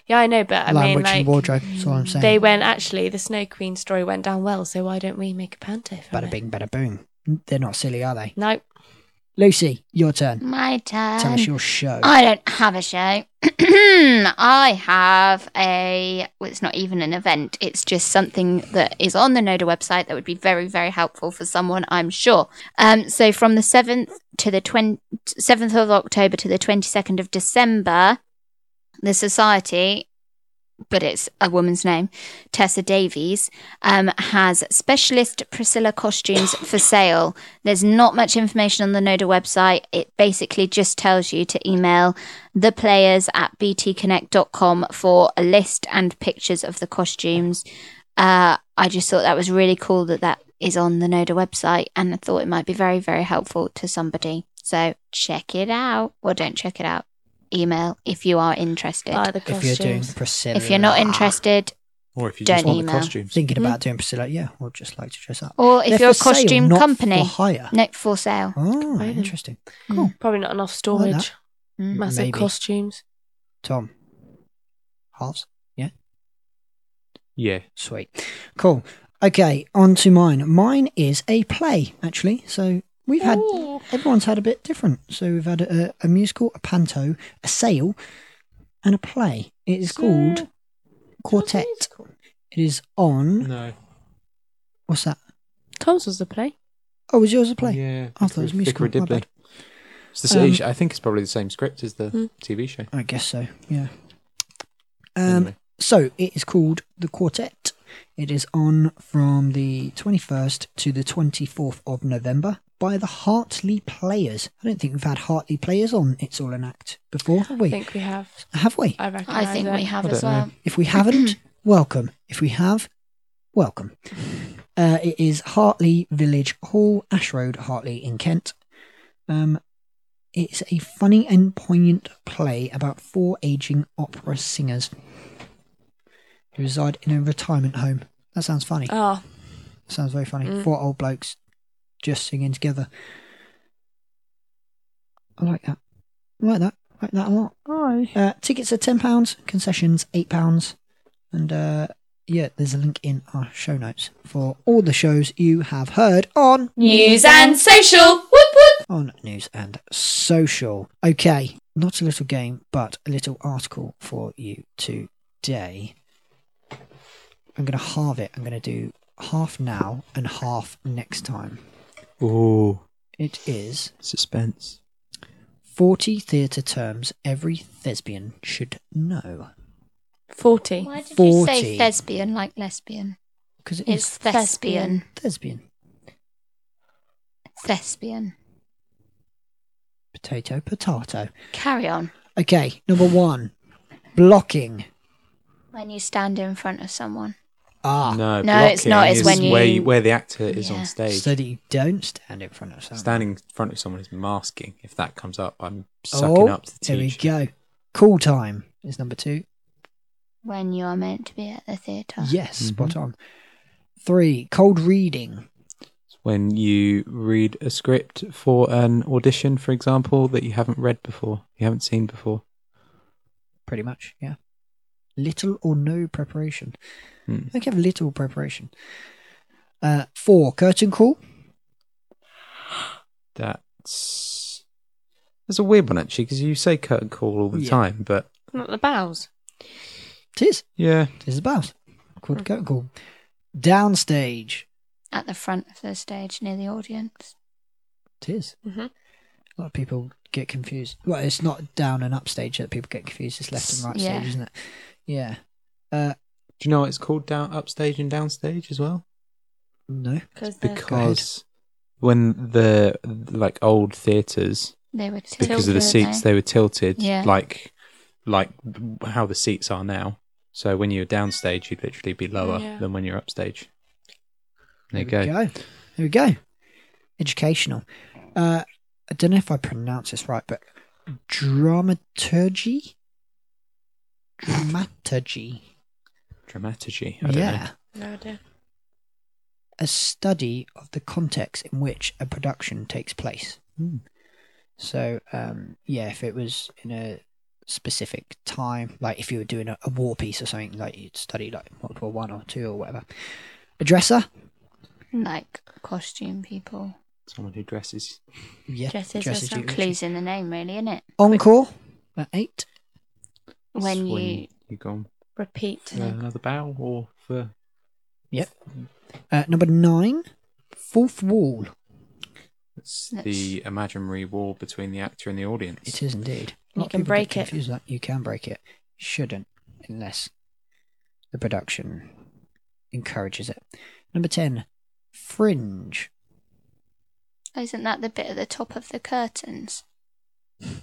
Yeah, I know, but I Language mean, like, and wardrobe. That's all mm, I'm saying. they went actually. The Snow Queen story went down well, so why don't we make a panto? From Bada it? bing, bada boom. They're not silly, are they? Mm. No, Lucy, your turn. My turn. Tell us your show. Um, I don't have a show. [CLEARS THROAT] I have a. Well, it's not even an event. It's just something that is on the Noda website that would be very, very helpful for someone, I'm sure. Um, so from the seventh to the 20, 7th of October to the twenty second of December, the society, but it's a woman's name, Tessa Davies, um, has specialist Priscilla costumes for sale. There's not much information on the Noda website. It basically just tells you to email the players at btconnect.com for a list and pictures of the costumes. Uh, I just thought that was really cool that that is on the Noda website, and I thought it might be very, very helpful to somebody. So check it out. Well, don't check it out. Email if you are interested. Buy the If you're doing costumes. Priscilla, Ah, if you're [LAUGHS] not interested, Or if you Don't just want the email. costumes. thinking about doing Priscilla, yeah, we'll just like to dress up. or if They're you're a for sale, costume not company, for hire. no, for sale. Oh, Really? interesting. Probably not enough like storage. Mm. Massive Maybe. costumes. Tom, halves. Yeah. Sweet. Cool. Okay, on to mine. Mine is a play, actually. So we've had Ooh. everyone's had a bit different. So we've had a, a musical, a panto, a sail, and a play. It is called Quartet. It is on. No. What's that? Tom's was the play. Oh, was yours a play? Yeah. I thought it was Vicar musical, of my Dibley. bad. It's the same, Um, I think it's probably the same script as the Hmm. TV show. I guess so. Yeah. Um, Anyway. So it is called The Quartet. It is on from the 21st to the 24th of November by the Hartley Players. I don't think we've had Hartley Players on It's All an Act before, have I we? think we have. Have we? I reckon. I think we have I as don't well. know. If we haven't, welcome. If we have, welcome. Uh, it is Hartley Village Hall, Ash Road, Hartley in Kent. Um, it's a funny and poignant play about four aging opera singers who reside in a retirement home. That sounds funny. Oh, Sounds very funny. Mm. Four old blokes just singing together. I like that. I like that. I like that a lot. Uh, tickets are ten pounds. Concessions eight pounds. And uh, yeah, there's a link in our show notes for all the shows you have heard on news and social. Whoop whoop. on news and social. Okay, not a little game, but a little article for you today. I'm going to halve it. I'm going to do half now and half next time. Ooh, It is suspense. 40 theatre terms every thespian should know. Forty. Why did you 40. say thespian like lesbian? Because it It's is thespian. thespian. Thespian. Potato, potato. Carry on. Okay, number one blocking. When you stand in front of someone. Ah, No, No, it's blocking not, it's is when you- where, where the actor is Yeah. on stage. so that you don't stand in front of someone. Standing in front of someone is masking. If that comes up, I'm sucking up to the Oh, There we teacher. go. Call time is number two. When you are meant to be at the theatre. Yes, Mhm. spot on. Three, cold reading. It's When you read a script for an audition, for example, that you haven't read before, you haven't seen before. Pretty much, yeah. Little or no preparation. Hmm. I think you have little preparation. Uh, four, curtain call. That's that's a weird one actually, because you say curtain call all the Yeah. time, but Not the bows. Tis. yeah, Tis about. Called curtain call. Downstage. At the front of the stage near the audience. Tis. Mhm. A lot of people get confused. Well, it's not down and upstage that people get confused. It's left and right Yeah. stage, isn't it? Yeah. Uh, do you know what it's called down upstage and downstage as well? no. Because when the like old theatres They were because of the tilted, seats They? they were tilted Yeah. like like how the seats are now so when you were downstage you'd literally be lower Yeah. than when you're upstage there you There go. we go. There we go. Educational. Uh, I don't know if I pronounce this right, but dramaturgy? Dramaturgy. dramaturgy I don't yeah. know. No idea. A study of the context in which a production takes place. Hmm. So, um, yeah, if it was in a specific time, like if you were doing a, a war piece or something, like you'd study like World War One or Two or whatever. A dresser? Mm. Like costume people. someone who dresses Yeah. Dresses dresses yourself. you- Clues in the name, really, innit? Encore? At eight? When It's you. you go on Repeat. for another bow or for Yep. Uh, number nine, fourth wall. it's That's- the imaginary wall between the actor and the audience It is indeed. A You lot of can people get break it. confused with That. You can break it. You shouldn't, unless the production encourages it. Number ten, fringe. Isn't that the bit at the top of the [LAUGHS] curtains? [LAUGHS] you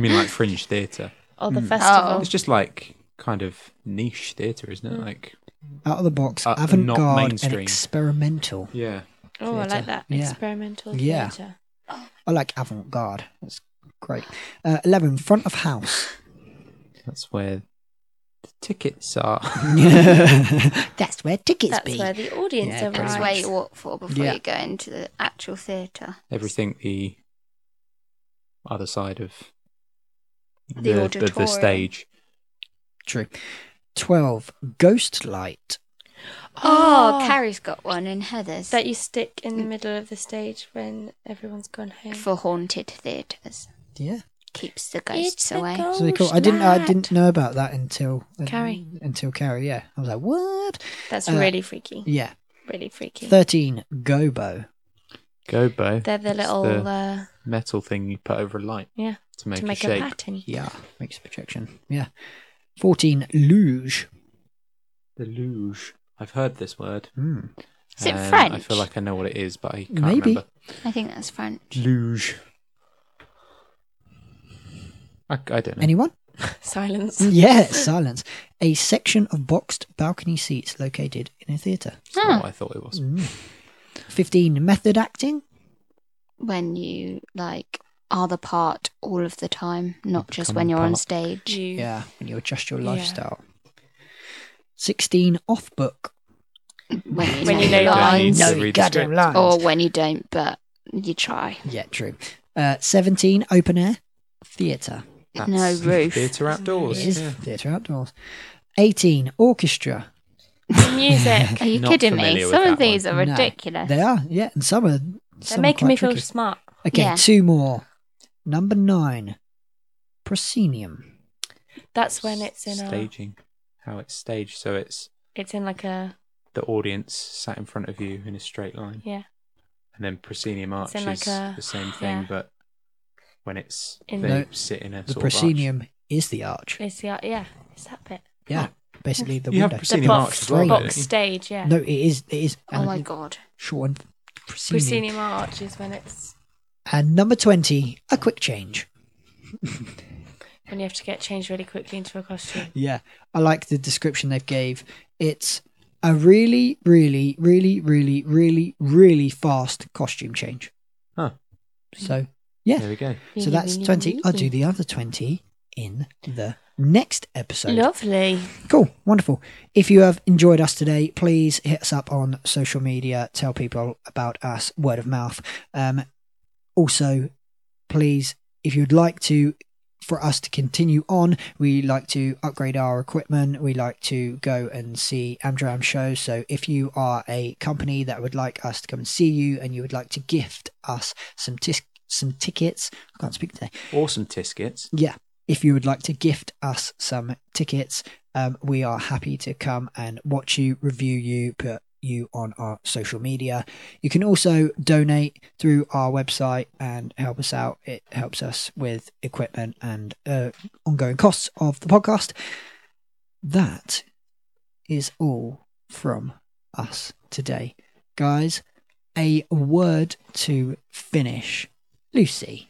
mean like fringe theatre Or the Mm. festival. Hmm. Oh. it's just like kind of niche theatre, isn't it? Like, Out of the box, Uh, not avant garde and mainstream. experimental. yeah, Oh, I like that. Yeah. Experimental Yeah. theatre. I like avant garde. That's great. Uh, 11. Front of [LAUGHS] house. [LAUGHS] that's where the tickets are. [LAUGHS] That's where tickets That's be. where the audience Yeah, That's arrives. where you walk for before Yeah. you go into the actual theatre. Everything the other side of The the, the, auditorium. stage. True. 12. Ghost light. Oh, Oh. Carrie's got one in Heather's that you stick in the middle of the stage when everyone's gone home. for haunted theatres. Yeah. Keeps the ghosts the away. ghost So cool. I didn't I light. didn't know about that until Oh, um, Carrie. Until Carrie, yeah. I was like, what? That's uh, really freaky. Yeah. Really freaky. 13. Gobo. Gobo. They're the It's little uh, metal thing you put over a light yeah to make, to make a a, shape. pattern. [LAUGHS] Yeah. Makes a projection. Yeah. 14. Luge. The luge. I've heard this word. Hmm. Is it and I French? feel like I know what it is, but I can't Maybe. remember. I think that's French. Luge. I, I don't know. [LAUGHS] Anyone? [LAUGHS] Silence. yeah. Silence. A section of boxed balcony seats located in a theatre. It's not Ah. what I thought it was. Hmm. 15. Method acting. When you like are the part all of the time, not just Become when you're on part. stage. You- Yeah. When you adjust your Yeah. lifestyle. 16. Off book. When you, know When you know your your lines, lines. No, to read the goddamn script. lines. Oh, or when you don't, but you try. Yeah, true. Uh, 17, open air, theatre. no roof. Theatre It outdoors. is yeah. theatre outdoors. 18, orchestra. The [LAUGHS] music. Are you Not kidding me? familiar with Some of that one. these are No, ridiculous. They are, yeah, and some are. They're some are making quite me feel tricky. smart. Okay, Yeah. two more. Number nine, proscenium. That's when it's in a staging. How it's staged, so it's it's in like a the audience sat in front of you in a straight line, yeah. and then proscenium arch It's in is like a- the same thing, yeah. but when it's In they No, sit in a The sort proscenium is the arch. It's the yeah. It's that bit. Yeah, basically the You have window. Oh. The proscenium arch box, as well. don't box you? stage. Yeah. No, it is. It is. Oh and my god. Short and proscenium. proscenium arch is when it's And number 20, a quick change. when you have to get changed really quickly into a costume. Yeah, I like the description they gave. It's a really, really, really, really, really, really fast costume change. Huh. So There yeah, we go. so that's twenty. I'll do the other twenty in the next episode. Lovely. Cool, wonderful. If you have enjoyed us today, please hit us up on social media. Tell people about us, word of mouth. Um, also, please, if you'd like to, for us to continue on, we like to upgrade our equipment. We like to go and see Amdram shows. So, if you are a company that would like us to come and see you, and you would like to gift us some tis- some tickets, I can't speak today Awesome Tiscuits. yeah if you would like to gift us some tickets um, we are happy to come and watch you review you put you on our social media you can also donate through our website and help us out it helps us with equipment and uh, ongoing costs of the podcast that is all from us today guys a word to finish lucy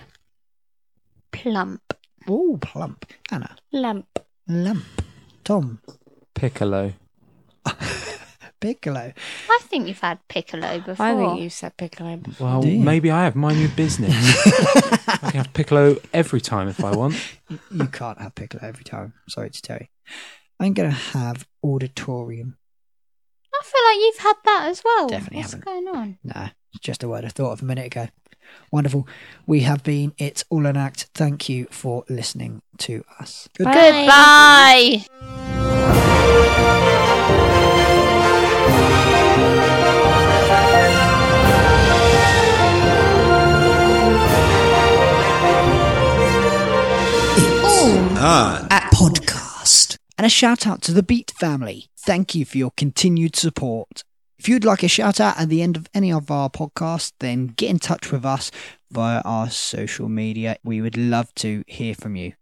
plump. Oh, plump. Anna. Lamp. Lump. Tom. Piccolo. Bigelow. I think you've had piccolo before. I think you said piccolo. Well, Dear. maybe I have my new [LAUGHS] business. I can have Piccolo every time if I want. You can't have Piccolo every time. Sorry to tell you. I'm going to have auditorium. I feel like you've had that as well. Definitely What's haven't. going on? Nah, it's just a word I thought of a minute ago. Wonderful. We have been It's All an Act. Thank you for listening to us. Good Goodbye. It's on at podcast. and a shout out to the Beat family. Thank you for your continued support. If you'd like a shout out at the end of any of our podcasts, then get in touch with us via our social media. We would love to hear from you.